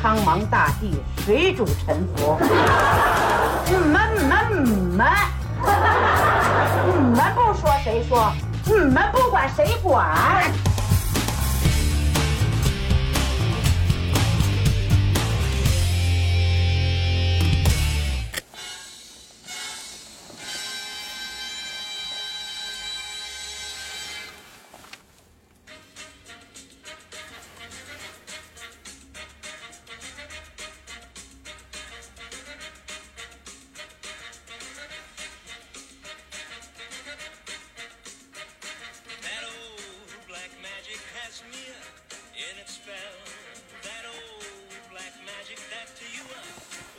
苍茫大地，水主沉浮。嗯们们们，你们嗯不说谁说？你们不管谁管？ That old black magic has me in its spell. That old black magic that to you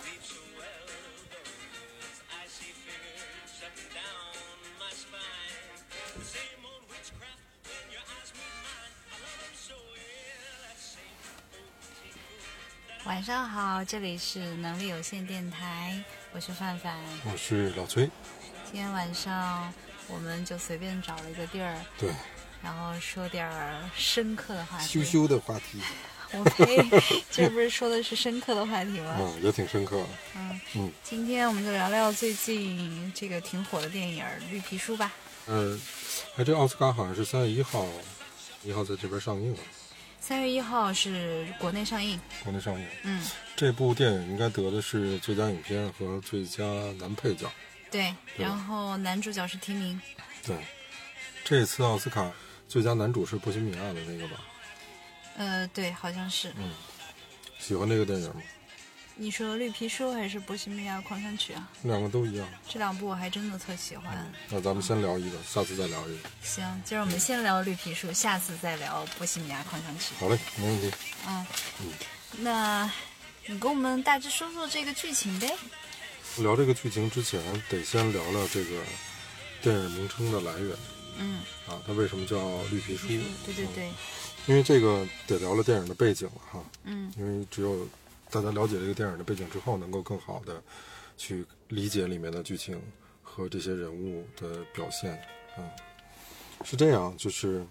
leaves so well. Those icy fingers up and down my spine. The same old witchcraft when your eyes meet mine. I love them so, yeah, that same old tingle. 晚上好，这里是能力有限电台，我是范范。我是老崔，今天晚上我们就随便找了一个地儿，对，然后说点儿深刻的话题。羞羞的话题我呸，这不是说的是深刻的话题 吗？啊，也挺深刻的。今天我们就聊聊最近这个挺火的电影儿《绿皮书》吧。嗯，哎，这奥斯卡好像是三月一号，一号在这边上映了，三月一号是国内上映，国内上映。嗯，这部电影应该得的是最佳影片和最佳男配角。对，对然后男主角是提名，对，这次奥斯卡最佳男主是《波西米亚》的那个吧？呃，对，好像是。嗯喜欢这个电影吗？你说《绿皮书》还是《波西米亚狂想曲》啊？两个都一样。这两部我还真的特喜欢。那咱们先聊一个，下次再聊一个。行，今儿我们先聊绿皮书，下次再聊波西米亚狂想曲。好嘞，没问题。那，你给我们大致说说这个剧情呗。聊这个剧情之前，得先聊聊这个电影名称的来源嗯，啊，它为什么叫《绿皮书》？对对对，因为这个得聊聊电影的背景了哈，嗯因为只有大家了解这个电影的背景之后，能够更好的去理解里面的剧情和这些人物的表现。嗯，是这样，就是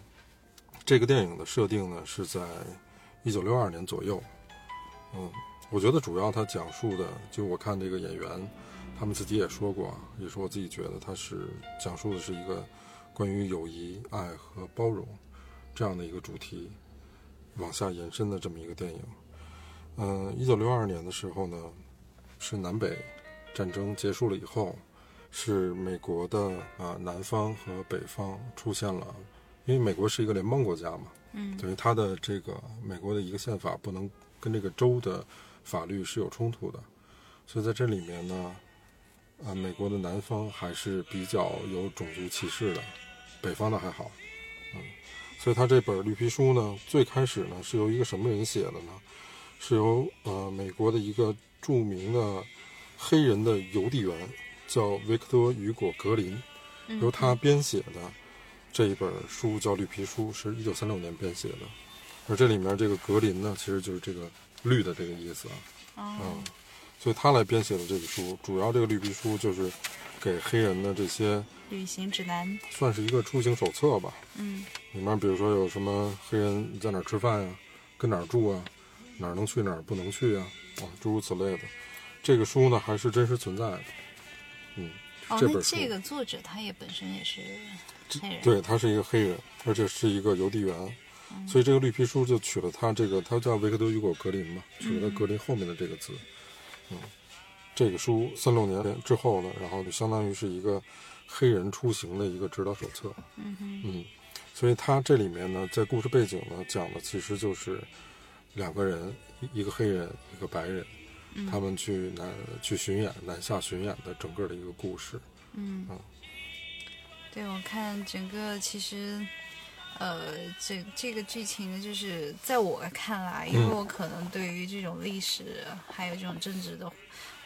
这个电影的设定呢是在一九六二年左右。嗯，我觉得主要它讲述的，就我看这个演员，他们自己也说过，啊，也是我自己觉得它是讲述的是一个关于友谊、爱和包容。这样的一个主题往下延伸的这么一个电影。嗯、1一九六二年的时候呢，是南北战争结束了以后，是美国的啊、南方和北方出现了，因为美国是一个联邦国家嘛，嗯等于它的这个美国的一个宪法不能跟这个州的法律是有冲突的，所以在这里面呢。啊，美国的南方还是比较有种族歧视的，北方的还好。所以他这本《绿皮书》呢，最开始呢是由一个什么人写的呢？是由呃美国的一个著名的黑人的邮递员叫维克多·雨果·格林，由他编写的这一本书叫《绿皮书》，是一九三六年编写的。而这里面这个格林呢，其实就是这个绿的这个意思啊。嗯，所以他来编写的这个书，主要这个绿皮书就是给黑人的这些旅行指南，算是一个出行手册吧。嗯，里面比如说有什么黑人在哪儿吃饭呀、跟哪儿住啊，哪儿能去哪儿不能去啊，啊，诸如此类的。这个书呢还是真实存在的，嗯，哦，这那本书这个作者他也本身也是黑人，对，他是一个黑人，而且是一个邮递员，嗯所以这个绿皮书就取了他这个，他叫维克多·雨果·格林嘛，取嗯了格林后面的这个字。嗯，这个书三六年之后呢，然后就相当于是一个黑人出行的一个指导手册。嗯哼，嗯，所以他这里面呢，在故事背景呢，讲的其实就是两个人，一一个黑人，一个白人，嗯他们去南去巡演，南下巡演的整个的一个故事。嗯嗯，对，我看整个其实。呃，这这个剧情呢，就是在我看来，因为嗯我可能对于这种历史还有这种政治的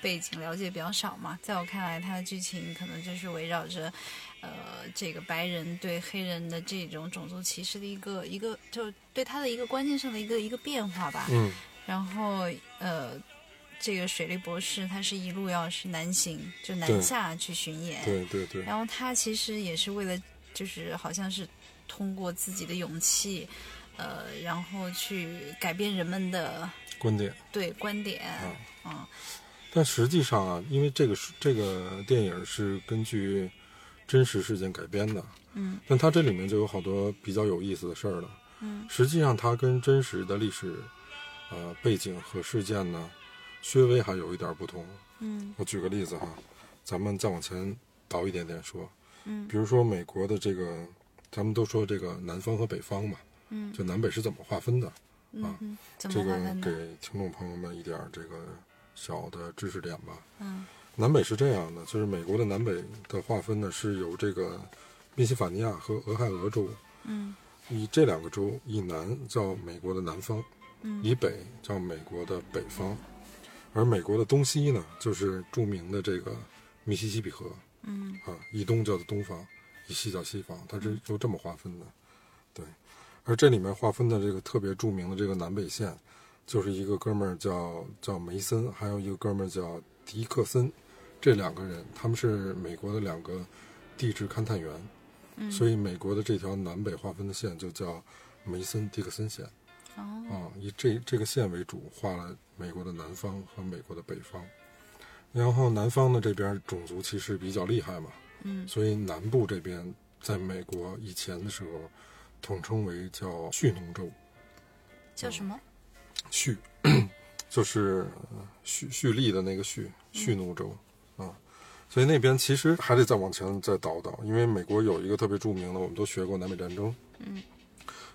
背景了解比较少嘛，在我看来，它的剧情可能就是围绕着，呃，这个白人对黑人的这种种族歧视的一个一个，就对他的一个观念上的一个一个变化吧。嗯，然后呃，这个水利博士他是一路要是南行，就南对下去巡演，对对对，然后他其实也是为了，就是好像是通过自己的勇气，呃，然后去改变人们的观点。对观点，啊嗯但实际上啊，因为这个是这个电影是根据真实事件改编的，嗯，但它这里面就有好多比较有意思的事儿了。嗯，实际上它跟真实的历史呃背景和事件呢，略微还有一点不同。嗯我举个例子哈，咱们再往前倒一点点说，嗯比如说美国的这个，咱们都说这个南方和北方嘛，嗯就南北是怎么划分的？嗯嗯，怎么这划个分的？给听众朋友们一点儿这个小的知识点吧。嗯南北是这样的，就是美国的南北的划分呢，是由这个宾夕法尼亚和俄亥俄州，嗯以这两个州以南叫美国的南方，嗯以北叫美国的北方，而美国的东西呢，就是著名的这个密西西比河嗯啊，以东叫做东方，以西叫西方，它是就这么划分的，对。而这里面划分的这个特别著名的这个南北线，就是一个哥们儿叫叫梅森，还有一个哥们儿叫迪克森，这两个人他们是美国的两个地质勘探员，嗯，所以美国的这条南北划分的线就叫梅森迪克森线。哦，啊，以这这个县为主，划了美国的南方和美国的北方。然后南方的这边种族歧视比较厉害嘛，嗯所以南部这边在美国以前的时候，统称为叫蓄奴州，嗯叫什么？蓄 就是呃蓄蓄力的那个蓄，蓄奴州啊。所以那边其实还得再往前再倒倒，因为美国有一个特别著名的，我们都学过南北战争。嗯，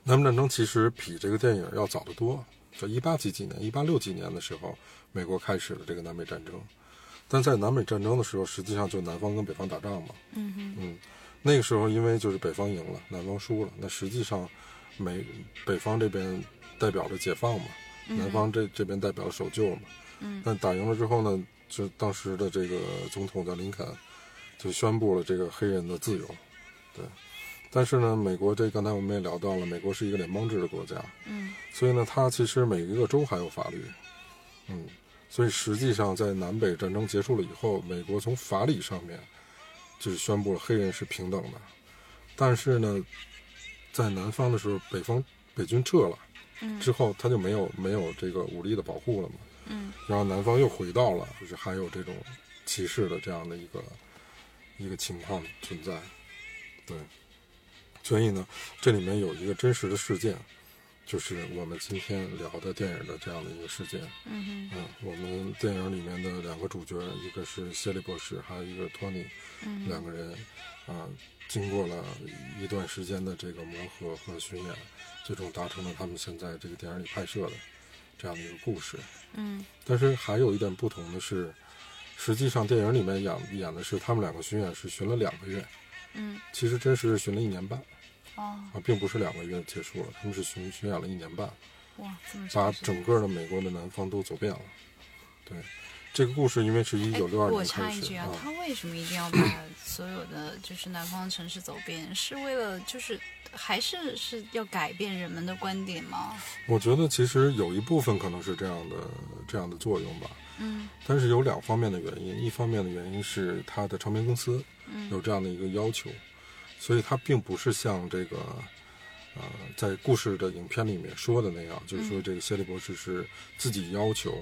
南北战争其实比这个电影要早得多，在一八几几年、一八六几年的时候，美国开始了这个南北战争。但在南北战争的时候，实际上就南方跟北方打仗嘛。嗯哼嗯，那个时候因为就是北方赢了，南方输了，那实际上美北方这边代表着解放嘛，南方这这边代表着守旧嘛。嗯但打赢了之后呢，就当时的这个总统叫林肯，就宣布了这个黑人的自由。对，但是呢，美国这刚才我们也聊到了，美国是一个联邦制的国家，嗯所以呢，它其实每一个州还有法律，嗯，所以实际上在南北战争结束了以后，美国从法理上面就是宣布了黑人是平等的，但是呢，在南方的时候，北方北军撤了嗯之后，他就没有没有这个武力的保护了嘛，嗯然后南方又回到了就是还有这种歧视的这样的一个一个情况存在，对，所以呢，这里面有一个真实的事件，就是我们今天聊的电影的这样的一个事件。嗯哼嗯，我们电影里面的两个主角，一个是谢利博士，还有一个托尼，嗯两个人啊、经过了一段时间的这个磨合和巡演，最终达成了他们现在这个电影里拍摄的这样的一个故事。嗯但是还有一点不同的是，实际上电影里面演演的是他们两个巡演是巡了两个月，嗯其实真实是巡了一年半哦啊，并不是两个月结束了，他们是巡巡演了一年半，哇，这么把长时间整个的美国的南方都走遍了。对，这个故事因为是一哎九六二我年插开一始句啊啊，，他为什么一定 要把所有的就是南方城市走遍？是为了就是还是是要改变人们的观点吗？我觉得其实有一部分可能是这样的这样的作用吧，嗯但是有两方面的原因，一方面的原因是它的唱片公司有嗯这样的一个要求，所以它并不是像这个呃在故事的影片里面说的那样，就是嗯说这个谢利博士是自己要求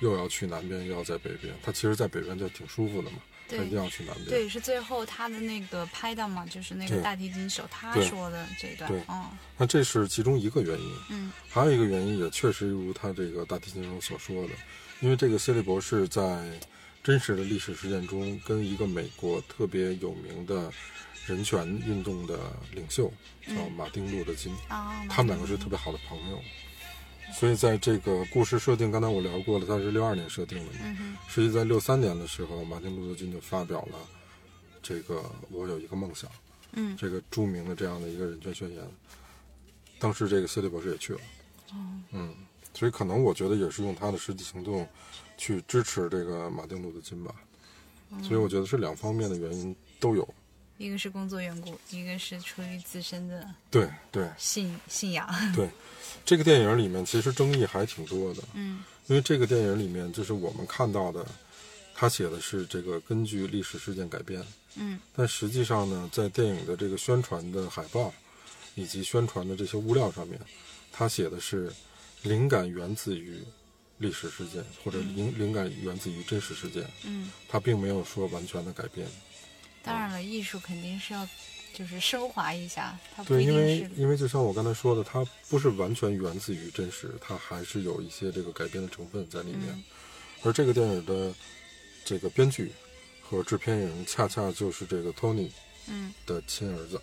又要去南边又要在北边，他其实在北边就挺舒服的嘛，他对一定要去南边。对，是最后他的那个拍档嘛，就是那个对大提琴手，他对说的这一段对，嗯那这是其中一个原因，嗯还有一个原因也确实如他这个大提琴手所说的，因为这个谢利博士在真实的历史事件中，跟一个美国特别有名的人权运动的领袖叫马丁路德金，啊，他们两个是特别好的朋友，所以在这个故事设定，刚才我聊过了，它是六二年设定的嘛，嗯哼实际在六三年的时候，马丁路德金就发表了这个“我有一个梦想”嗯这个著名的这样的一个人权宣言。当时这个谢利博士也去了，哦嗯，所以可能我觉得也是用他的实际行动去支持这个马丁路德金吧。哦所以我觉得是两方面的原因都有，一个是工作缘故，一个是出于自身的对对信信仰， 对。这个电影里面其实争议还挺多的，嗯因为这个电影里面就是我们看到的，他写的是这个根据历史事件改编，嗯但实际上呢，在电影的这个宣传的海报，以及宣传的这些物料上面，他写的是灵感源自于历史事件或者灵灵感源自于真实事件，嗯，他并没有说完全的改变。当然了，艺术肯定是要就是升华一下，它不对，一因定为是因为就像我刚才说的，它不是完全源自于真实，它还是有一些这个改编的成分在里面。嗯而这个电影的这个编剧和制片人，恰恰就是这个 Tony 嗯的亲儿子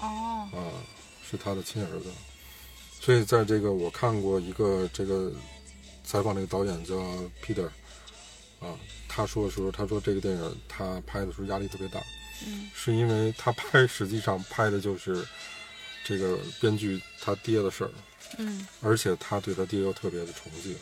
哦啊，是他的亲儿子。所以在这个我看过一个这个采访，那个导演叫 Peter 啊，他说的时候，他说这个电影他拍的时候压力特别大，嗯是因为他拍实际上拍的就是这个编剧他爹的事儿，嗯而且他对他爹又特别的崇敬。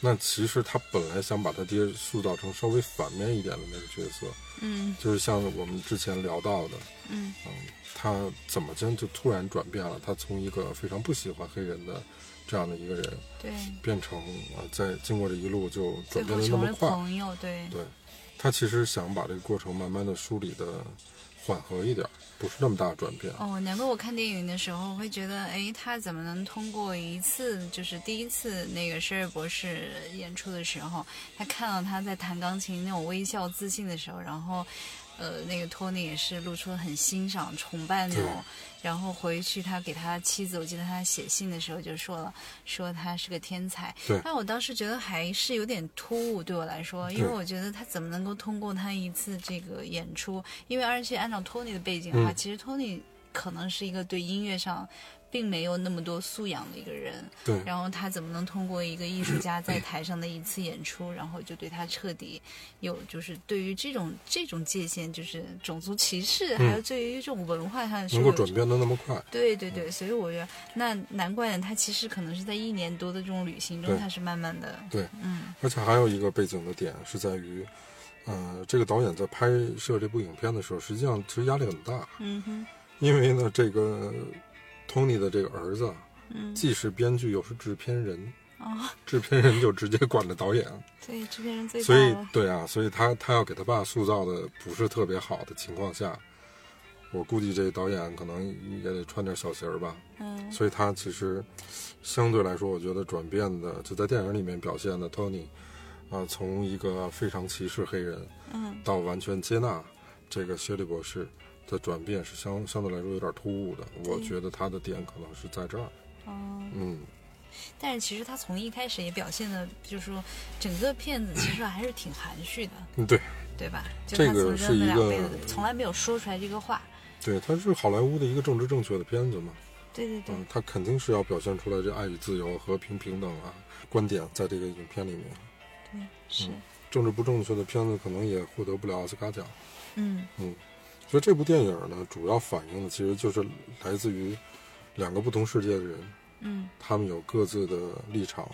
那其实他本来想把他爹塑造成稍微反面一点的那个角色，嗯就是像我们之前聊到的，嗯嗯，他怎么真就突然转变了？他从一个非常不喜欢黑人的这样的一个人，对，变成啊、呃在经过这一路就最后转变的那成么为快，朋友，对对，他其实想把这个过程慢慢的梳理的缓和一点儿，不是那么大的转变。哦，难怪我看电影的时候会觉得，哎，他怎么能通过一次，就是第一次那个施尔博士演出的时候，他看到他在弹钢琴那种微笑自信的时候，然后，呃，那个托尼也是露出了很欣赏、崇拜那对种。然后回去他给他妻子，我记得他写信的时候就说了，说他是个天才。对但我当时觉得还是有点突兀，对我来说，因为对我觉得他怎么能够通过他一次这个演出，因为而且按照托尼的背景的话，嗯其实托尼可能是一个对音乐上并没有那么多素养的一个人，对，然后他怎么能通过一个艺术家在台上的一次演出，然后就对他彻底有就是对于这种这种界限，就是种族歧视，还有对于这种文化上是嗯能够有转变的那么快，对对嗯对，所以我觉得那难怪呢，他其实可能是在一年多的这种旅行中，对他是慢慢的，对，嗯而且还有一个背景的点是在于，呃，这个导演在拍摄这部影片的时候，实际上其实压力很大，嗯哼因为呢，这个 Tony 的这个儿子啊嗯既是编剧又是制片人，哦，制片人就直接管着导演，啊对，制片人最大所以了，对啊，所以他他要给他爸塑造的不是特别好的情况下，我估计这导演可能也得穿点小鞋儿吧。嗯所以他其实相对来说，我觉得转变的就在电影里面表现的 Tony，啊、从一个非常歧视黑人嗯到完全接纳这个薛利博士的转变是相相对来说有点突兀的。我觉得他的点可能是在这儿，哦。嗯，但是其实他从一开始也表现的，就是说整个片子其实还是挺含蓄的，对对吧？就这他个从是任何一两个辈子从来没有说出来这个话。对，他是好莱坞的一个政治正确的片子嘛，对对对，嗯，他肯定是要表现出来这爱与自由、和平平等啊观点在这个影片里面。是，政治不正确的片子可能也获得不了奥斯卡奖，嗯所以这部电影呢，主要反映的其实就是来自于两个不同世界的人，嗯他们有各自的立场，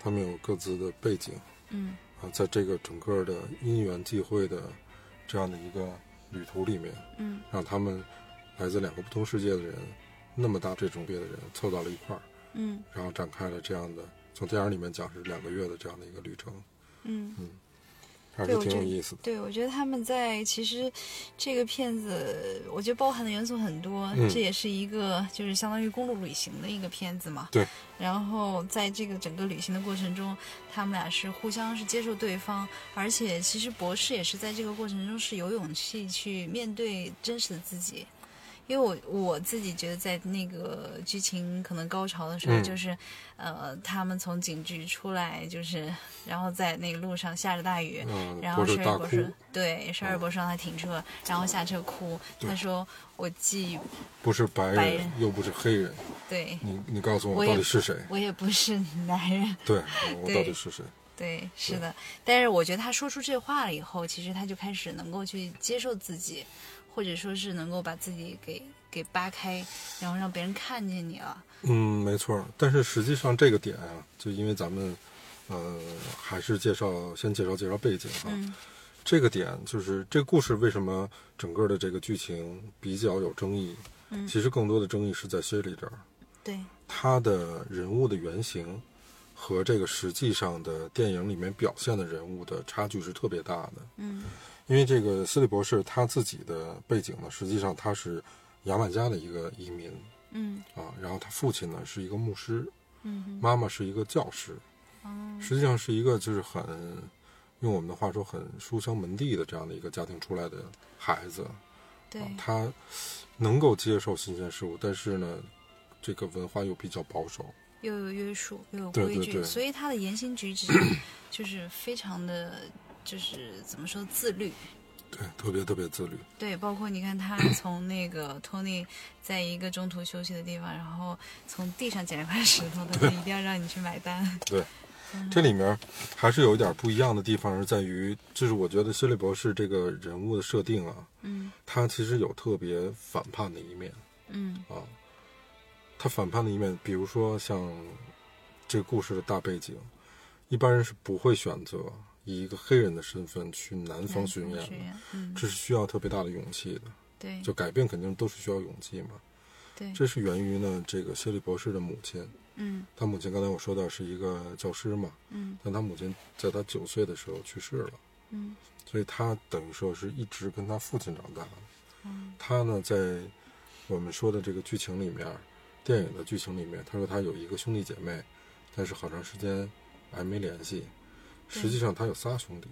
他们有各自的背景嗯啊，在这个整个的因缘际会的这样的一个旅途里面，嗯让他们来自两个不同世界的人，那么大这种别的人凑到了一块儿，嗯然后展开了这样的从电影里面讲是两个月的这样的一个旅程，嗯，还对是我挺觉有得意思的。对，我觉得他们在其实这个片子，我觉得包含的元素很多，嗯这也是一个就是相当于公路旅行的一个片子嘛。对。然后在这个整个旅行的过程中，他们俩是互相是接受对方，而且其实博士也是在这个过程中是有勇气去面对真实的自己。因为我我自己觉得，在那个剧情可能高潮的时候，嗯就是，呃，他们从警局出来，就是，然后在那个路上下着大雨，嗯然博后士十大二博士哭对十二博士让他停车，然后下车哭，他说我既不是白人，白人又不是黑人，对你你告诉我我也到底是谁？我也不是男人，对，我对到底是谁？对是的，但是我觉得他说出这话了以后，其实他就开始能够去接受自己，或者说是能够把自己给给扒开，然后让别人看见你了，嗯，没错儿。但是实际上这个点啊，就因为咱们，呃，还是介绍先介绍介绍背景啊。嗯这个点就是这个故事为什么整个的这个剧情比较有争议？嗯其实更多的争议是在薛里这儿，对，他的人物的原型和这个实际上的电影里面表现的人物的差距是特别大的。嗯因为这个斯利博士他自己的背景呢，实际上他是牙买加的一个移民嗯啊，然后他父亲呢是一个牧师，嗯哦妈妈是一个教师，哼，实际上是一个就是很用我们的话说很书香门第的这样的一个家庭出来的孩子，哦，对啊，他能够接受新鲜事物，但是呢，这个文化又比较保守，又有约束，又有对规对矩，对所以他的言行 举止就是非常的，就是怎么说自律。对，特别特别自律，对，包括你看 他从那个托尼在一个中途休息的地方，然后从地上捡了块石头，他 就一定要让你去买单。对。这里面还是有一点不一样的地方，是在于，就是我觉得希利博士这个人物的设定啊，嗯他其实有特别反叛的一面嗯啊。他反叛的一面，比如说像这个故事的大背景，一般人是不会选择以一个黑人的身份去南方巡演巡的，演，嗯，这是需要特别大的勇气的。对就改变肯定都是需要勇气嘛。对，这是源于呢，这个谢利博士的母亲，嗯他母亲刚才我说到是一个教师嘛，嗯但他母亲在他九岁的时候去世了，嗯所以他等于说是一直跟他父亲长大的。嗯他呢，在我们说的这个剧情里面，电影的剧情里面，他说他有一个兄弟姐妹，但是好长时间还没联系。实际上他有仨兄弟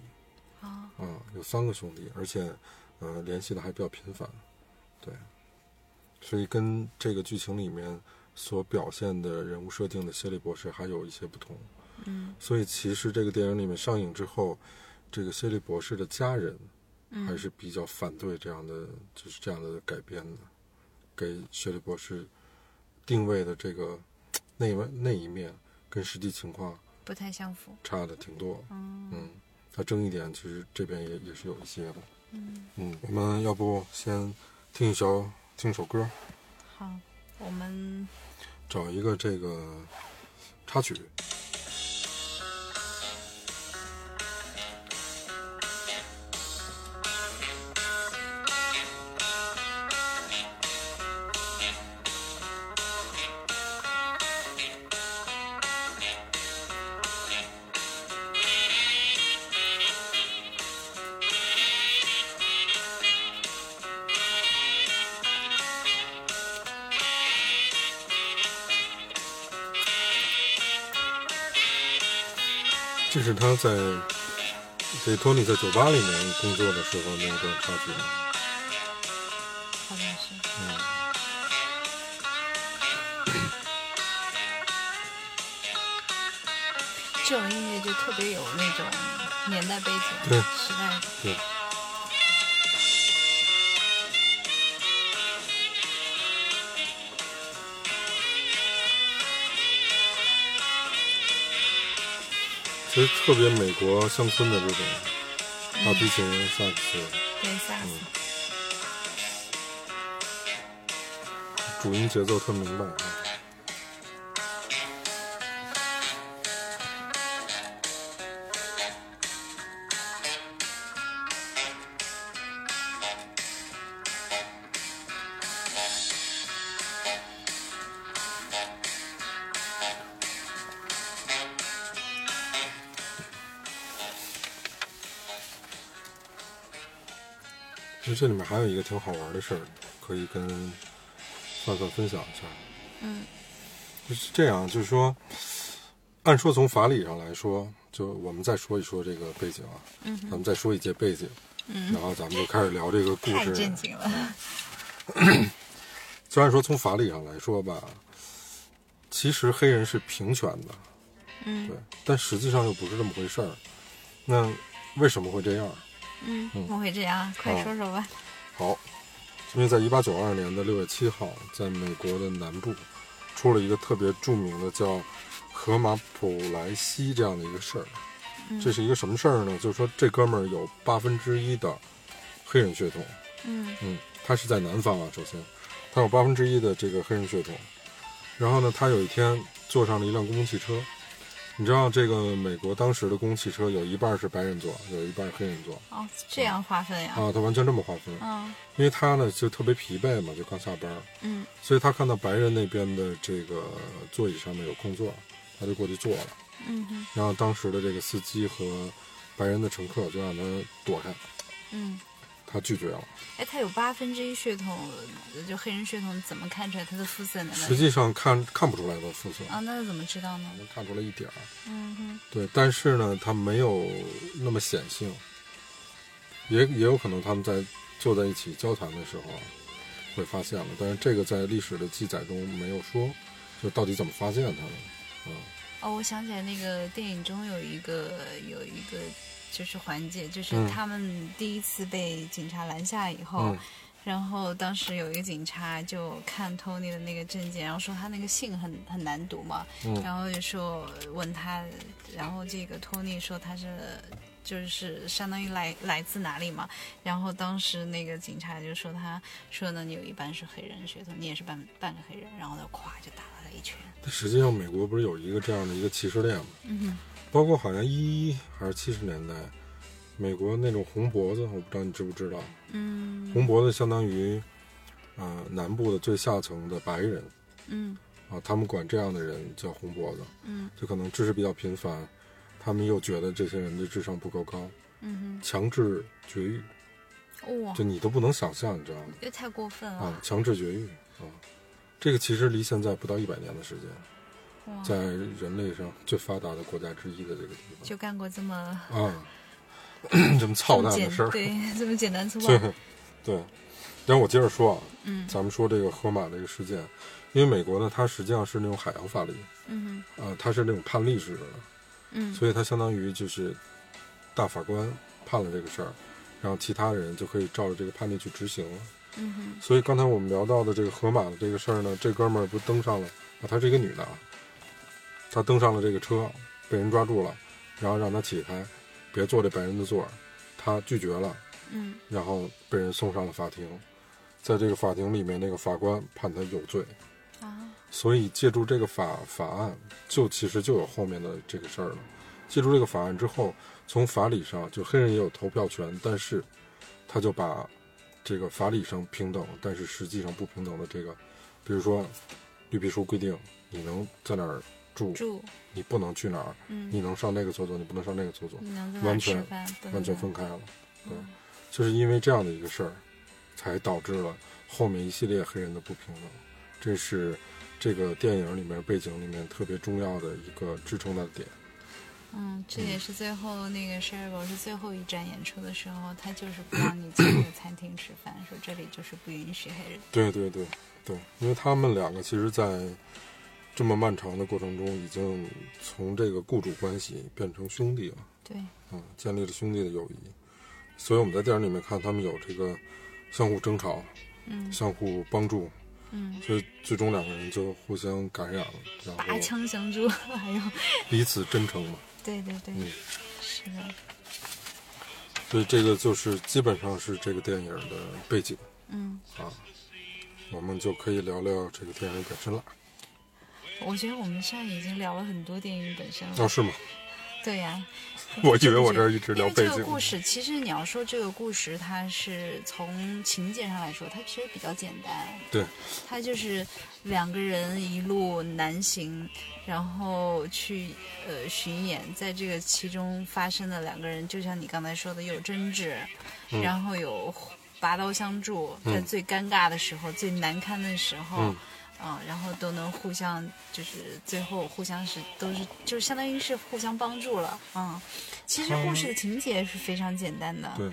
啊，啊、有三个兄弟，而且呃联系的还比较频繁，对，所以跟这个剧情里面所表现的人物设定的谢利博士还有一些不同。嗯所以其实这个电影里面上映之后，这个谢利博士的家人还是比较反对这样的，就是这样的改编的，给谢利博士定位的这个那一面那一面跟实际情况不太相符。差的挺多。嗯嗯，它争议点其实这边也也是有一些的。嗯，我们要不先听一首听一首歌，好，我们找一个这个插曲。这是他在这托尼在酒吧里面工作的时候那段插曲。好像是这种音乐就特别有那种年代背景、对时代感。对，其实特别美国乡村的这种大提琴、萨克斯，对萨克斯，主音节奏特明白啊。其实这里面还有一个挺好玩的事儿，可以跟范范分享一下。嗯，就是这样，就是说，按说从法理上来说，就我们再说一说这个背景啊，嗯、咱们再说一节背景，嗯、然后咱们就嗯开始聊这个故太事。正经了。虽然说从法理上来说吧，其实黑人是平权的，嗯，对，但实际上又不是这么回事儿。那为什么会这样？嗯，怎么会这样？快说说吧。好，因为在一八九二年的六月七号，在美国的南部出了一个特别著名的叫荷马普莱西这样的一个事儿。这是一个什么事儿呢？就是说这哥们儿有八分之一的黑人血统。嗯嗯，他是在南方啊，首先，他有八分之一的这个黑人血统。然后呢，他有一天坐上了一辆公共汽车。你知道这个美国当时的公共汽车有一半儿是白人坐，有一半儿是黑人坐哦，这样划分呀？啊，他完全这么划分。嗯因为他呢就特别疲惫嘛，就刚下班儿，嗯所以他看到白人那边的这个座椅上面有空座，他就过去坐了。嗯哼然后当时的这个司机和白人的乘客就让他躲开，嗯他拒绝了。哎，他有八分之一血统，就黑人血统，怎么看出来他的肤色呢？实际上看看不出来的肤色，啊，那怎么知道呢？能看出来一点儿。嗯哼，对，但是呢，他没有那么显性，也也有可能他们在坐在一起交谈的时候会发现了，但是这个在历史的记载中没有说，就到底怎么发现他的。哦，我想起来那个电影中有一个有一个就是环节，就是嗯他们第一次被警察拦下以后。嗯然后当时有一个警察就看 Tony 的那个证件，然后说他那个姓很很难读嘛，嗯然后就说问他，然后这个 Tony 说他是就是相当于来来自哪里嘛，然后当时那个警察就说他说呢你有一半是黑人血统，你也是半半个黑人，然后他咵就打了他一拳，但实际上，美国不是有一个这样的一个歧视链吗？嗯包括好像一一还是七十年代，美国那种红脖子，我不知道你知不知道，嗯红脖子相当于，呃，南部的最下层的白人嗯啊，他们管这样的人叫红脖子，嗯，就可能知识比较贫乏，他们又觉得这些人的智商不够高，嗯强制绝育，哼，哇就，你都不能想象，你知道吗？这太过分了，啊，强制绝育啊，这个其实离现在不到一百年的时间，哇，在人类上最发达的国家之一的这个地方。就干过这么啊， 这么操这么蛋的简事儿，对 这么简单粗暴对， 对。然后我接着说啊，嗯咱们说这个河马这个事件，因为美国呢，它实际上是那种海洋法律，嗯啊，它是那种判例制的，哼嗯所以它相当于就是大法官判了这个事儿，然后其他人就可以照着这个判例去执行了。嗯哼所以刚才我们聊到的这个河马的这个事儿呢，这哥们儿不登上了啊，她是一个女的啊，她登上了这个车，被人抓住了，然后让她起开，别坐这白人的座儿，她拒绝了，嗯然后被人送上了法庭，在这个法庭里面，那个法官判她有罪，啊所以借助这个法法案，就其实就有后面的这个事儿了。借助这个法案之后，从法理上就黑人也有投票权，但是他就把这个法理上平等，但是实际上不平等的这个，比如说绿皮书规定你能在哪儿住，住你不能去哪儿，嗯你能上那个厕所，你不能上那个厕所，你能在哪完儿吃全饭？不能完全在分开了。对，就是因为这样的一个事儿，才导致了后面一系列黑人的不平等。这是这个电影里面背景里面特别重要的一个支撑的点。嗯，这也是最后那个 s h e r y l 是最后一站演出的时候，他就是不让你进那个餐厅吃饭，说这里就是不允许黑人。对对对对，因为他们两个其实，在这么漫长的过程中，已经从这个雇主关系变成兄弟了。对，嗯，建立了兄弟的友谊。所以我们在电影里面看他们有这个相互争吵，嗯相互帮助，嗯，所以最终两个人就互相感染了，然后拔枪相助， 还有，彼此真诚嘛。对对对，嗯是的，所以这个就是基本上是这个电影的背景，啊嗯，我们就可以聊聊这个电影本身嗯了。我觉得我们现在已经聊了很多电影本身了。哦，是吗？ 对呀、我以为我这儿一直因聊为背这景个。故事，其实你要说这个故事，它是从情节上来说，它其实比较简单。对，它就是两个人一路南行，然后去呃巡演，在这个其中发生的两个人，就像你刚才说的，有争执，然后有拔刀相助，在最尴尬的时候、最难堪的时候。嗯啊，然后都能互相，就是最后互相是都是，就是相当于是互相帮助了，嗯。其实故事的情节是非常简单的，对，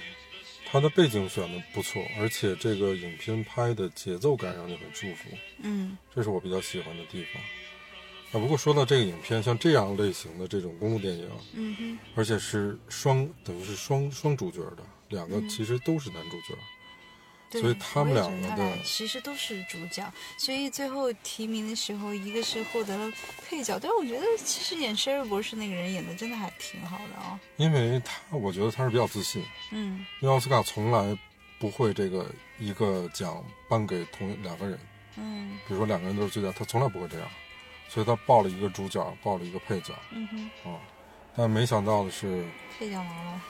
它的背景选的不错，而且这个影片拍的节奏感让你很舒服。嗯这是我比较喜欢的地方。啊，不过说到这个影片，像这样类型的这种公路电影，嗯哼，而且是双，等于是双双主角的，两嗯个其实都是男主角。对，所以他们我也两觉个得他的俩其实都是主角，所以最后提名的时候，一个是获得了配角，但我觉得其实演 Sherry 博士那个人演的真的还挺好的哦，因为他，我觉得他是比较自信，嗯因为奥斯卡从来不会这个一个奖颁给同两个人，嗯比如说两个人都是最佳，他从来不会这样，所以他报了一个主角，报了一个配角嗯哼，啊。但没想到的是，配角拿了，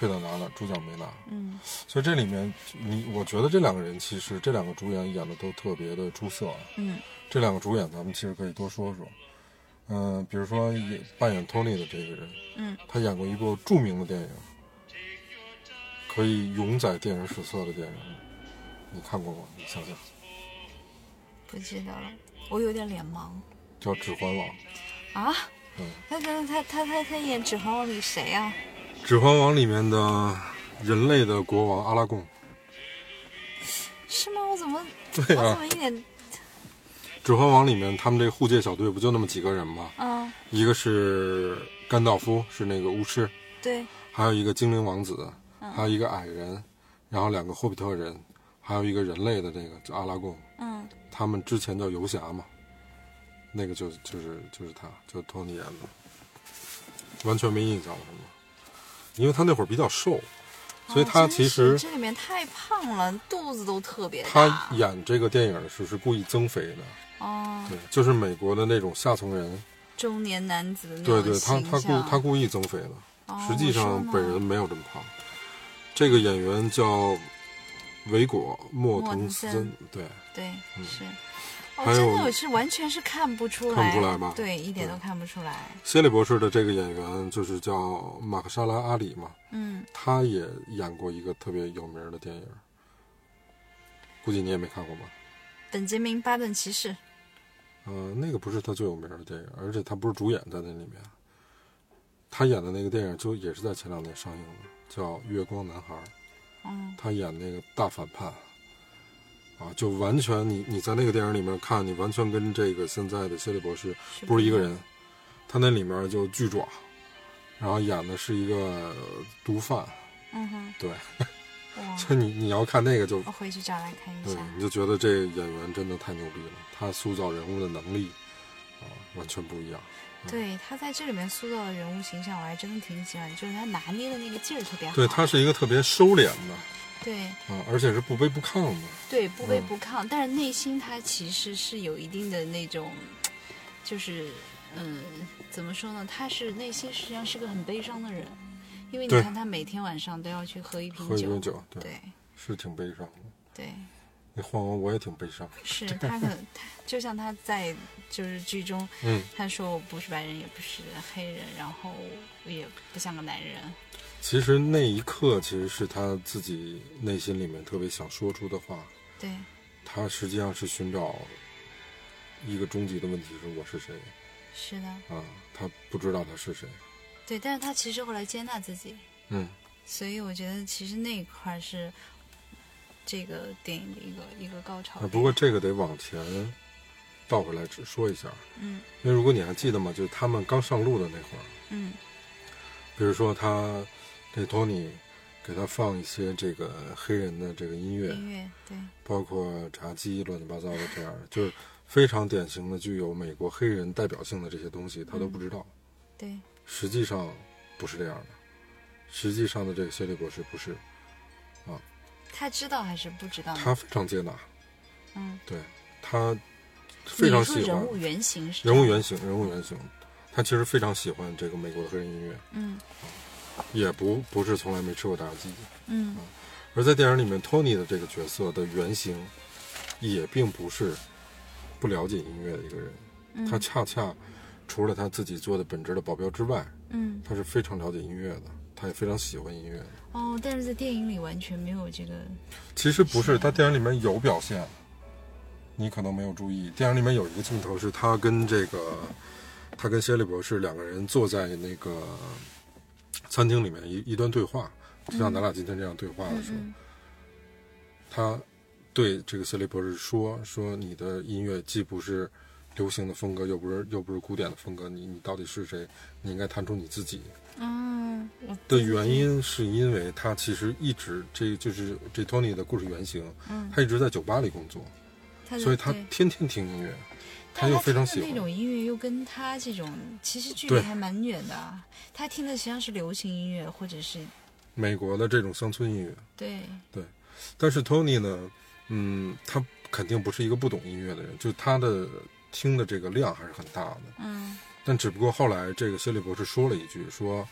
配角拿了，主角没拿。嗯所以这里面，你我觉得这两个人其实这两个主演演的都特别的出色啊。嗯这两个主演咱们其实可以多说说。嗯、比如说演扮演 Tony 的这个人，嗯他演过一部著名的电影，可以永载电影史册的电影，你看过吗？你想想，不记得了，我有点脸盲叫《指环王》。啊。嗯他他他他他他演《指环王》里谁啊？ 《指环王》里面的人类的国王阿拉贡，是吗？我怎么、对我啊怎么一点《指环王》里面他们这个护戒小队不就那么几个人吗？啊？一个是甘道夫，是那个巫师，对，还有一个精灵王子，嗯还有一个矮人，然后两个霍比特人，还有一个人类的那个就阿拉贡，嗯，他们之前叫游侠嘛，那个就就是就是他，就是托尼演的，完全没印象了，是吗？因为他那会儿比较瘦，所以他啊真其是实这里面太胖了，肚子都特别他大。演这个电影的时候是故意增肥的，哦，对，就是美国的那种下层人，中年男子的那对种对，他他形象故他故意增肥的，哦实际上本人没有这么胖。这个演员叫维果莫滕斯莫森滕，对，对是。哦，嗯还有真的我是完全是看不出来，看不出来吧对，一点对都看不出来。谢里博士的这个演员就是叫马克沙拉阿里嘛，嗯，他也演过一个特别有名的电影，估计你也没看过吧？本杰明·巴顿骑士，呃，那个不是他最有名的电影，而且他不是主演在那里面，他演的那个电影就也是在前两年上映的，叫《月光男孩》。哦嗯，他演那个大反派，啊，就完全你你在那个电影里面看，你完全跟这个现在的谢利博士不是一个人。他那里面就巨爪，然后演的是一个呃毒贩，嗯哼，对， 哇，就你你要看那个就我回去找来看一对嗯下。，你就觉得这演员真的太牛逼了，他塑造人物的能力啊完全不一样。对他在这里面塑造的人物形象，我还真的挺喜欢，就是他拿捏的那个劲儿特别好。对他是一个特别收敛的对啊，而且是不卑不亢的。对不嗯卑不亢，但是内心他其实是有一定的那种，就是嗯，怎么说呢？他是内心实际上是个很悲伤的人，因为你对看他每天晚上都要去喝一瓶喝一酒，杯酒，对，对是挺悲伤的。对，那换我我也挺悲伤。是他可他就像他在就是剧中，嗯，他说我不是白人，也不是黑人，然后我也不像个男人，其实那一刻，其实是他自己内心里面特别想说出的话。对他实际上是寻找一个终极的问题：是我是谁是的。啊？他不知道他是谁。对，但是他其实后来接纳自己，嗯，所以我觉得其实那一块儿是这个电影的一个一个高潮啊点。不过这个得往前倒回来只说一下，嗯因为如果你还记得嘛，就是他们刚上路的那会儿，嗯比如说他这托尼给他放一些这个黑人的这个音乐，音乐对包括炸鸡、乱七八糟的这样，就是非常典型的具有美国黑人代表性的这些东西，他都不知嗯道。对实际上不是这样的，实际上的这个谢利博士不嗯是，他知道还是不知道呢？他非常接纳，嗯，对他非常你喜说欢人物原型是人物这样原型，人物原型，他其实非常喜欢这个美国的黑人音乐，啊嗯也不不是从来没吃过炸鸡。啊嗯而在电影里面，托尼的这个角色的原型也并不是不了解音乐的一个人，嗯他恰恰除了他自己做的本职的保镖之外，嗯他是非常了解音乐的，他也非常喜欢音乐的。哦，但是在电影里完全没有这个其实不是，他电影里面有表现，你可能没有注意。电影里面有一个镜头是他跟这个，他跟谢利博士两个人坐在那个餐厅里面一一段对话，就像咱俩今天这样对话的时候，他对这个谢利博士说：“说你的音乐既不是流行的风格，又不是又不是古典的风格，你你到底是谁？你应该弹出你自己。”嗯我的原因是因为他其实一直这就是这托尼的故事原型，他一直在酒吧里工作，他的所以他嗯对天天听音乐，但又他非常听喜的那欢。种音乐，又跟他这种其实距对离还蛮远的啊。他听的实际上是流行音乐，或者是美国的这种乡村音乐。对但是托尼呢，嗯，他肯定不是一个不懂音乐的人，就他的听的这个量还是很大的。嗯但只不过后来这个谢利博士说了一句，说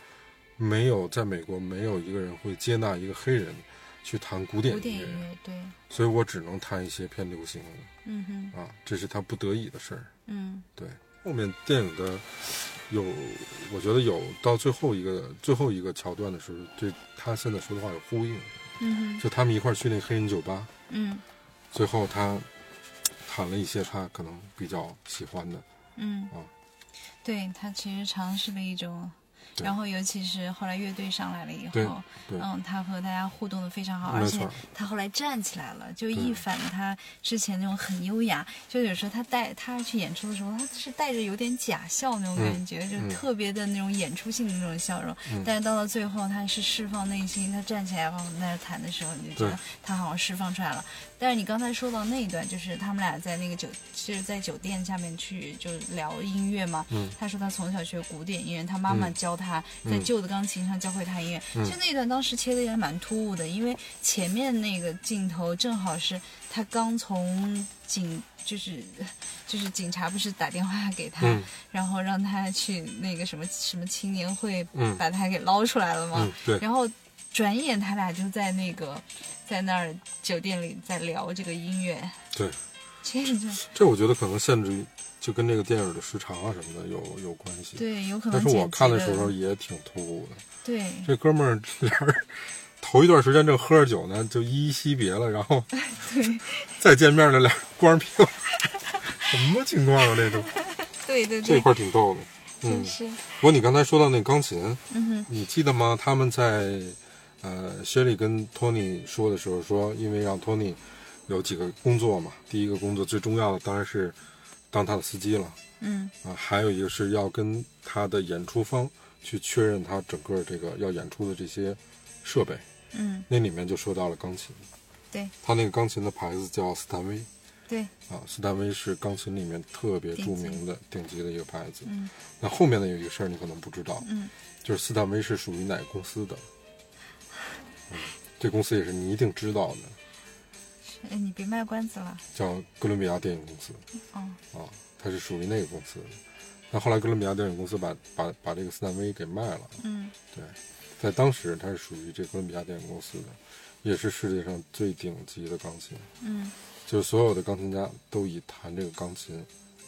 没有在美国没有一个人会接纳一个黑人去弹古典古典音音乐，乐对所以我只能弹一些偏流行嗯哼的啊，这是他不得已的事儿。嗯对，后面电影的有，我觉得有到最后一个最后一个桥段的时候，对他现在说的话有呼应。嗯就他们一块儿去那黑人酒吧，哼嗯最后他谈了一些他可能比较喜欢的，嗯哦，对他其实尝试了一种，对然后尤其是后来乐队上来了以对后，对嗯，他和大家互动的非常好，没而错且他后来站起来了，就一反了他之前那种很优雅，就有时候他带他去演出的时候，他是带着有点假笑那种嗯感觉，就特别的那种演出性的那种笑容，但是到了最后他是释放内心，他站起来帮我们在那儿弹的时候，你就觉对得他好像释放出来了。但是你刚才说到那一段，就是他们俩在那个酒，就是在酒店下面去就聊音乐嘛。嗯他说他从小学古典音乐，他妈妈嗯教他在嗯旧的钢琴上教会他音乐。嗯就那一段当时切的也蛮突兀的，因为前面那个镜头正好是他刚从警，就是 就是警察不是打电话给他，嗯然后让他去那个什么什么青年会嗯把他给捞出来了嘛。嗯，对，然后转眼他俩就在那个在那儿酒店里在聊这个音乐，对，这个就这我觉得可能限制于就跟这个电影的时长啊什么的有有关系。对，有可能但是剪辑我看的时候也挺突兀的，对这哥们儿俩人头一段时间正喝着酒呢，就依依惜别了，然后再见面了，俩人光着屁股， 什么情况啊？这都对对这对，块儿挺逗的。嗯真，是不过你刚才说到那钢琴，嗯哼你记得吗？他们在呃，薛丽跟托尼说的时候说，因为让托尼有几个工作嘛，第一个工作最重要的当然是当他的司机了。嗯啊，还有一个是要跟他的演出方去确认他整个这个要演出的这些设备。嗯那里面就说到了钢琴，对他那个钢琴的牌子叫斯坦威对啊，斯坦威是钢琴里面特别著名的顶级的一个牌子。嗯那后面呢有一个事儿你可能不知道，嗯就是斯坦威是属于哪个公司的？嗯这公司也是你一定知道的，哎你别卖关子了叫哥伦比亚电影公司。哦啊，它是属于那个公司的。那后来哥伦比亚电影公司把把把这个斯坦威给卖了，嗯对，在当时它是属于这哥伦比亚电影公司的，也是世界上最顶级的钢琴，嗯就是所有的钢琴家都以弹这个钢琴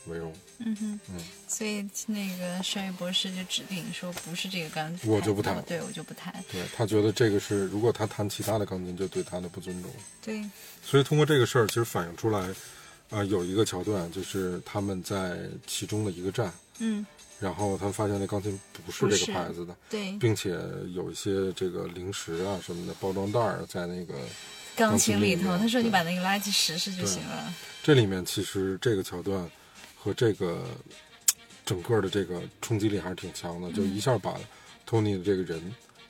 为荣。嗯哼嗯，所以那个帅博士就指定说不是这个钢琴，我就不弹对我就不弹，对他觉得这个是，如果他弹其他的钢琴，就对他的不尊重。对所以通过这个事儿，其实反映出来，啊、有一个桥段就是他们在其中的一个站，嗯然后他们发现那钢琴不是不这个是牌子的，对并且有一些这个零食啊什么的包装袋儿在那个钢钢琴琴里里头，面他说你对把那个垃圾拾拾就对行了，这里面，其实这个桥段和这个整个的这个冲击力还是挺强的，就一下把托尼的这个人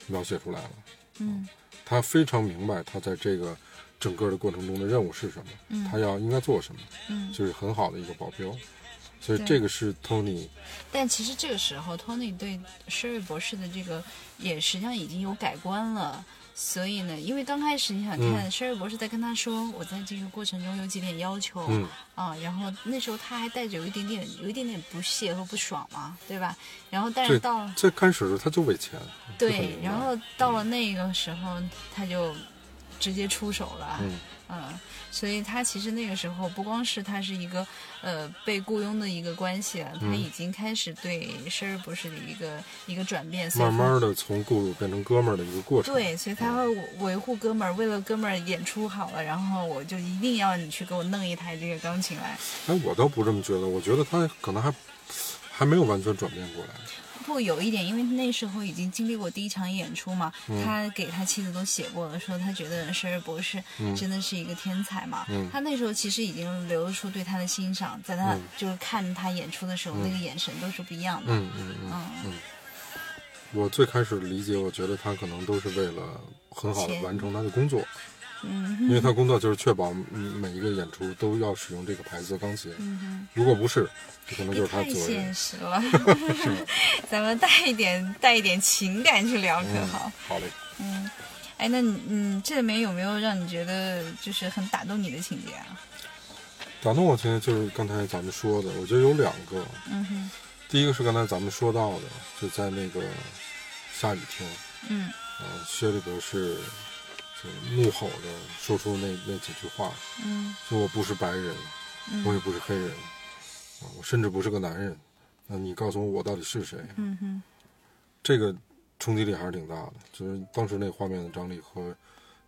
描写出来了。啊嗯他非常明白他在这个整个的过程中的任务是什么，嗯他要应该做什么，嗯。就是很好的一个保镖。所以对这个是托尼，但其实这个时候，Tony 对 Sherry 博士的这个也实际上已经有改观了。所以呢，因为刚开始你想嗯看、Sherry 博士在跟他说，我在这个过程中有几点要求、嗯啊，然后那时候他还带着有一点点、有一点点不屑和不爽嘛，对吧？然后但是对到了最开始的时候他就为钱，就很对明，白然后嗯到了那个时候，他就直接出手了。嗯嗯，所以他其实那个时候不光是他是一个呃被雇佣的一个关系了，嗯他已经开始对生日博士的一个一个转变，所以慢他慢的从雇主变成哥们儿的一个过程。对，所以他会维护哥们儿，为了哥们儿演出好了，然后我就一定要你去给我弄一台这个钢琴来。哎，我倒不这么觉得，我觉得他可能还还没有完全转变过来。不有一点，因为那时候已经经历过第一场演出嘛，嗯他给他妻子都写过了，说他觉得舍尔博士真的是一个天才嘛。嗯他那时候其实已经流露出对他的欣赏，在他、嗯就是看他演出的时候，那个眼神都是不一样的。嗯嗯嗯嗯。我最开始理解，我觉得他可能都是为了很好的钱完成他的工作，嗯因为他工作就是确保嗯每一个演出都要使用这个牌子的钢琴。嗯如果不是，可能就哼，是他太的责现任。实 了， 咱们带一点带一点情感去聊可嗯好。，好嘞。哎，那你嗯，这里面有没有让你觉得就是很打动你的情节啊？打动我现在就是刚才咱们说的，我觉得有两个，嗯哼，第一个是刚才咱们说到的，就在那个下雨天，嗯呃，薛立博士就怒吼着说出那那几句话，嗯呃就我不是白人，我也不是黑人，啊，我甚至不是个男人，啊，那你告诉我我到底是谁？嗯哼，这个冲击力还是挺大的，就是当时那画面的张力和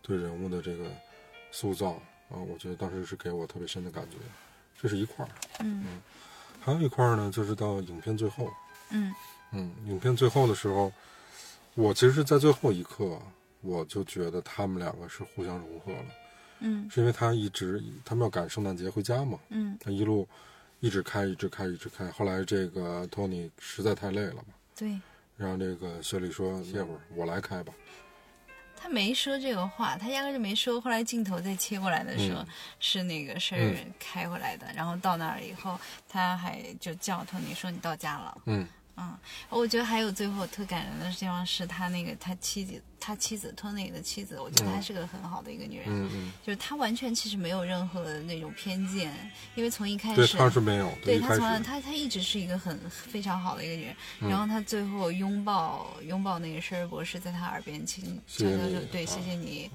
对人物的这个塑造啊，我觉得当时是给我特别深的感觉，这是一块儿。嗯还有一块儿呢，就是到影片最后，嗯嗯，影片最后的时候，我其实是在最后一刻，我就觉得他们两个是互相融合了，嗯是因为他一直他们要赶圣诞节回家嘛，嗯，他一路一直开，一直开，一直开，后来这个托尼实在太累了嘛，对让这个雪莉说歇会儿，我来开吧，他没说这个话，他压根就没说。后来镜头再切过来的时候，嗯是那个事儿开回来的。然后到那儿以后，他还就叫托尼说：“你到家了。”嗯嗯，我觉得还有最后特感人的地方是他那个他妻子，他妻子托尼的妻子，我觉得她是个很好的一个女人，嗯嗯，就是她完全其实没有任何的那种偏见，因为从一开对，始，他是没有，对一她开从来始，嗯她她一直是一个很非常好的一个女人，然后她最后拥抱拥抱那个绅士博士，在她耳边轻悄谢谢悄说你对，啊谢谢你。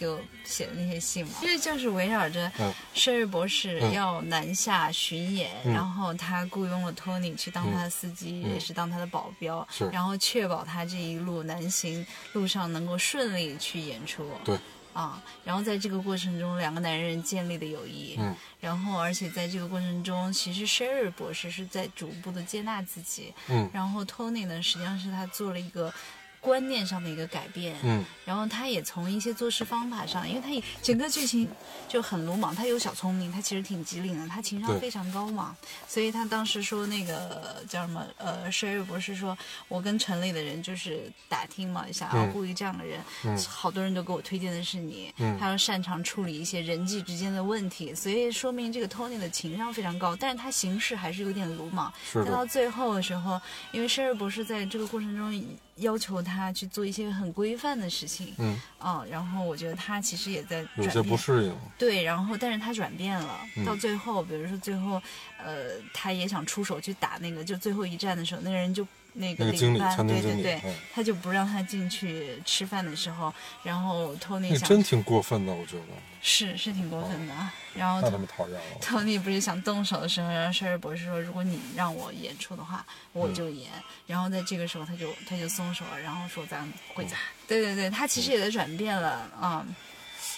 给我写的那些信嘛，其实就是围绕着嗯绅士博士嗯要南下巡演，嗯然后他雇佣了托尼去当他的司机，嗯也是当他的保镖，是然后确保他这一路南行路上能够顺利去演出。对，啊，然后在这个过程中，两个男人建立的友谊，嗯然后而且在这个过程中，其实 Sherry 博士是在逐步的接纳自己，嗯然后 Tony 呢，实际上是他做了一个观念上的一个改变，嗯然后他也从一些做事方法上，因为他也整个剧情就很鲁莽，他有小聪明，他其实挺机灵的，他情商对非常高嘛，所以他当时说那个呃叫什么呃，舍瑞博士说，我跟城里的人就是打听嘛，想要嗯雇一这样的人，嗯好多人都给我推荐的是你，嗯他要擅长处理一些人际之间的问题，所以说明这个 Tony 的情商非常高，但是他行事还是有点鲁莽，是再到的，最后的时候，因为生日博士在这个过程中要求他去做一些很规范的事情，嗯，嗯，然后我觉得他其实也在有转些不变，适应，对，然后但是他转变了，嗯到最后，比如说最后，呃，他也想出手去打那个，就最后一战的时候，那个人就那那个个经领理，班，餐厅对经对理，对，嗯他就不让他进去吃饭的时候，然后托尼那想真哦挺过分的，我觉得，是是挺过分的，啊然后太他他妈讨厌了，托尼不是想动手的时候，然后绅士博士说：“如果你让我演出的话，我就演。然后在这个时候，他就他就松手了，然后说：“咱们回家。对对对，他其实也在转变了，嗯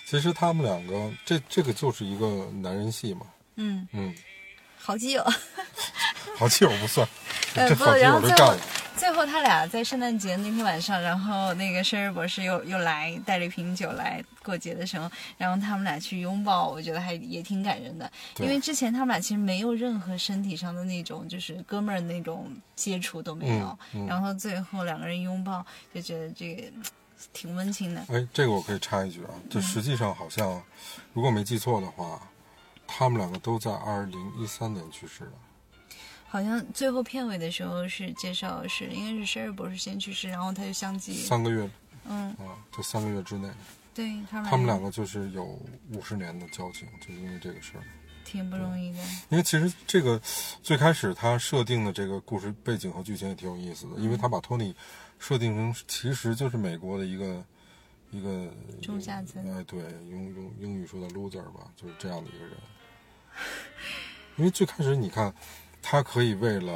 其实他们两个，这这个就是一个男人戏嘛，嗯，嗯，好基友。好基友不 算，呃这不好基然友后都最干后了，最后他俩在圣诞节那天晚上，然后那个绅士博士又又来带着一瓶酒来过节的时候，然后他们俩去拥抱，我觉得还也挺感人的，对因为之前他们俩其实没有任何身体上的那种就是哥们儿那种接触都没有，嗯嗯然后最后两个人拥抱，就觉得这个嗯挺温情的。哎，这个我可以插一句啊，嗯就实际上好像，如果没记错的话，他们两个都在二零一三年去世的，好像最后片尾的时候是介绍是应该是绅士博士先去世，然后他就相继三个月嗯啊，就三个月之内，对他们他们俩两个就是有五十年的交情，就因为这个事儿。挺不容易的，因为其实这个最开始他设定的这个故事背景和剧情也挺有意思的，因嗯为他把托尼设定成其实就是美国的一个一个中下层哎，对，用用英语说的 loser 吧，就是这样的 一个人。因为最开始你看，他可以为了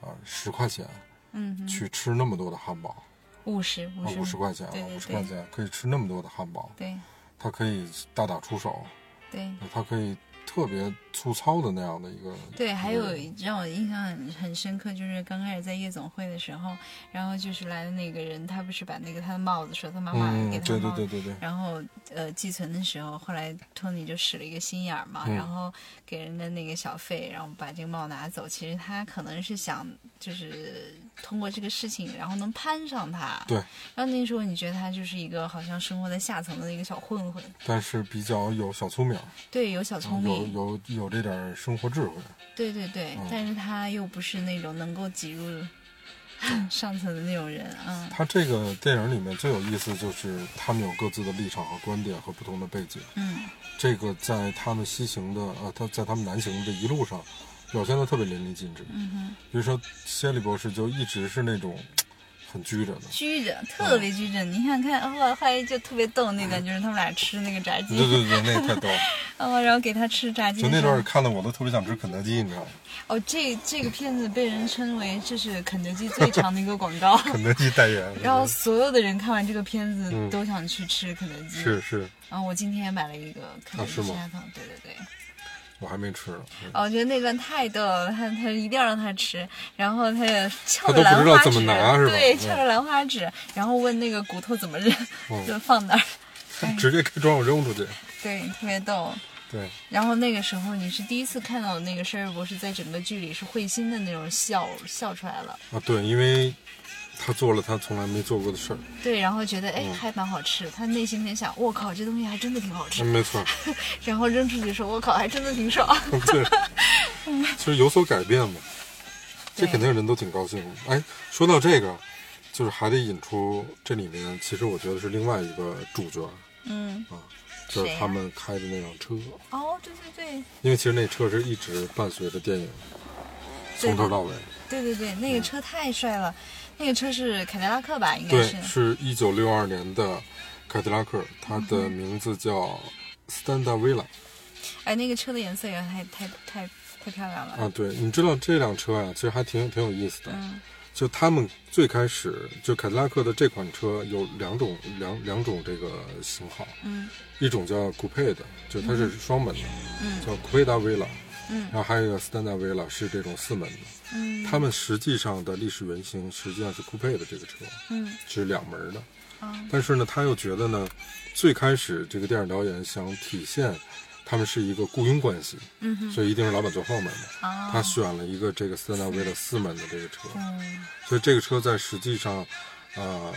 啊十块钱嗯哼。去吃那么多的汉堡，五十五啊十五十块钱啊对对五十块钱可以吃那么多的汉堡，对他可以大打出手，对他可以特别粗糙的那样的一个对，还有一让我印象很很深刻，就是刚开始在夜总会的时候，然后就是来的那个人，他不是把那个他的帽子说他妈妈嗯，啊给他对帽对子，对对对，然后呃寄存的时候，后来托尼就使了一个心眼儿嘛，嗯然后给人的那个小费，然后把这个帽拿走。其实他可能是想就是通过这个事情，然后能攀上他。对。然后那时候你觉得他就是一个好像生活在下层的一个小混混，但是比较有小聪明，对，有小聪明，嗯有有有这点儿生活智慧，对对对，嗯但是他又不是那种能够挤入 上层的那种人啊。他这个电影里面最有意思就是他们有各自的立场和观点和不同的背景，嗯这个在他们西行的呃，他在他们南行的这一路上表现的特别淋漓尽致。嗯哼，比如说，谢利博士就一直是那种很拘着呢。拘着，特别拘着。你想看，哦，后来就特别逗那段，就是他们俩吃那个炸鸡嗯对，对对，那个太逗了， 哦，然后给他吃炸鸡就的那时候段，看的我都特别想吃肯德基，你知道吗？哦，这这个片子被人称为这是肯德基最长的一个广告。 肯德基代言， 然后所有的人看完这个片子嗯都想去吃肯德基。是是，然后我今天也买了一个肯德基啊是吗沙糖，对对对。我还没吃呢。嗯哦，我觉得那段太逗了，他他一定要让他吃，然后他也翘他着都不兰知道花指，怎么拿是吧对，嗯翘着兰花指，然后问那个骨头怎么扔，嗯就放那儿，哎 直接开窗户扔出去。对，特别逗。对，然后那个时候你是第一次看到那个生日博士在整个剧里是会心的那种笑笑出来了，啊对，因为他做了他从来没做过的 事儿，对，然后觉得哎嗯还蛮好吃，他内心很想，我靠这东西还真的挺好吃嗯，，没错，然后扔出去说我靠还真的挺爽， 对，其实有所改变嘛，这对肯定人都挺高兴的。哎，说到这个，就是还得引出这里面，其实我觉得是另外一个主角，啊嗯，就是谁呀他们开的那辆车，哦对对对因为其实那车是一直伴随着电影从头到尾。对对对，那个车太帅了，那个车是凯迪拉克吧，应该对是，，是一九六二年的凯迪拉克，它嗯的名字叫 Standa Villa。哎，那个车的颜色也太太太太漂亮了。啊，对，你知道这辆车呀、其实还挺挺有意思的。就他们最开始，就凯迪拉克的这款车有两种两两种这个型号，嗯，一种叫酷配的，就它是双门的，嗯，叫酷配达维拉，嗯然后还有一个斯丹达维拉是这种四门的，嗯，他们实际上的历史原型实际上是酷配的这个车，嗯，是两门的，但是呢，他又觉得呢，最开始这个电影导演想体现他们是一个雇佣关系，嗯哼，所以一定是老板坐后门嘛，啊他选了一个这个斯丹达维的四门的这个车，嗯所以这个车在实际上，呃，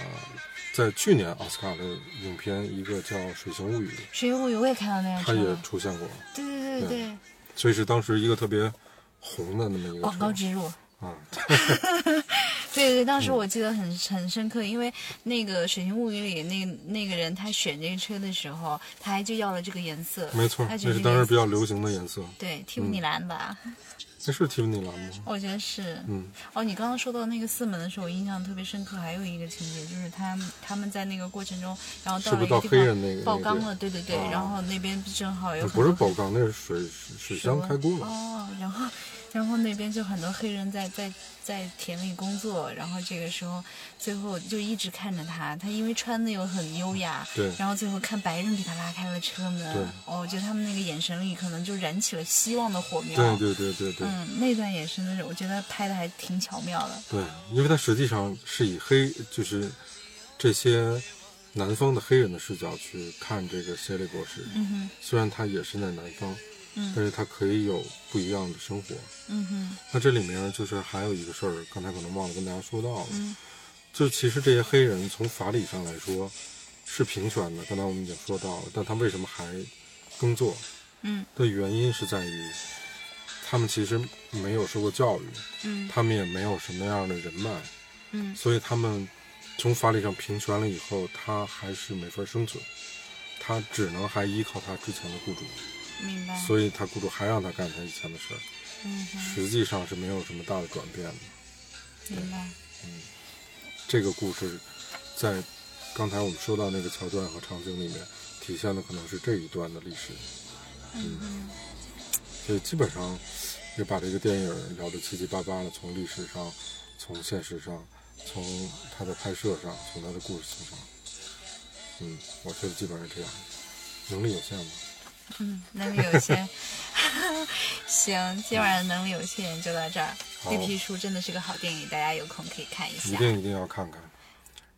在去年奥斯卡的影片一个叫《水形物语》， 《水浒》我也看到那辆它车也了，出现过，对对对对，所以是当时一个特别红的那么一个广告车植入。啊，对对对，当时我记得很很深刻，因为那个《水形物语》里那个那个人他选这个车的时候，他还就要了这个颜色，没错，他那只是当时比较较流行的颜色，对蒂芙尼蓝吧，那是提芬尼蓝吗？我觉得是。嗯，哦，你刚刚说到那个四门的时候，我印象特别深刻，还有一个情节就是他们他们在那个过程中，然后是了一不是个到地黑方人那个爆那缸地儿了，对对对，啊然后那边正好有那很不是多宝钢，那是水水水什箱么开锅了。哦，然后然后那边就很多黑人在在在田里工作，然后这个时候最后就一直看着他，他因为穿的又很优雅，嗯对然后最后看白人给他拉开了车对门，哦，我觉得他们那个眼神里可能就燃起了希望的火苗，对对对对对嗯，那段也是那种，我觉得拍的还挺巧妙的，对，因为它实际上是以黑，就是这些南方的黑人的视角去看这个谢利博士。嗯哼，虽然他也身在南方，嗯但是他可以有不一样的生活。嗯哼，那这里面就是还有一个事儿，刚才可能忘了跟大家说到了，嗯就其实这些黑人从法理上来说是平权的，刚才我们已经说到了，但他为什么还耕作嗯的原因是在于，他们其实没有受过教育，嗯他们也没有什么样的人脉，嗯，所以他们从法理上平权了以后，他还是没法生存，他只能还依靠他之前的雇主，哦明白，所以他雇主还让他干他以前的事儿，嗯哼，实际上是没有什么大的转变的。明 白，这个故事在刚才我们说到那个桥段和场景里面，体现的可能是这一段的历史。嗯所以基本上也把这个电影聊得七七八八的，从历史上，从现实上，从它的拍摄上，从它的故事性上，嗯，我觉得基本上是这样。能力有限嘛，嗯，能力有限。 行，今晚的能力有限就到这儿。好绿皮书真的是个好电影，大家有空可以看一一下。定一定要看看。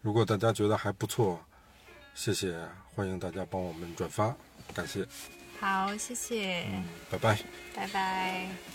如果大家觉得还不错，谢谢，欢迎大家帮我们转发，感谢，嗯好，谢谢，拜拜。拜拜。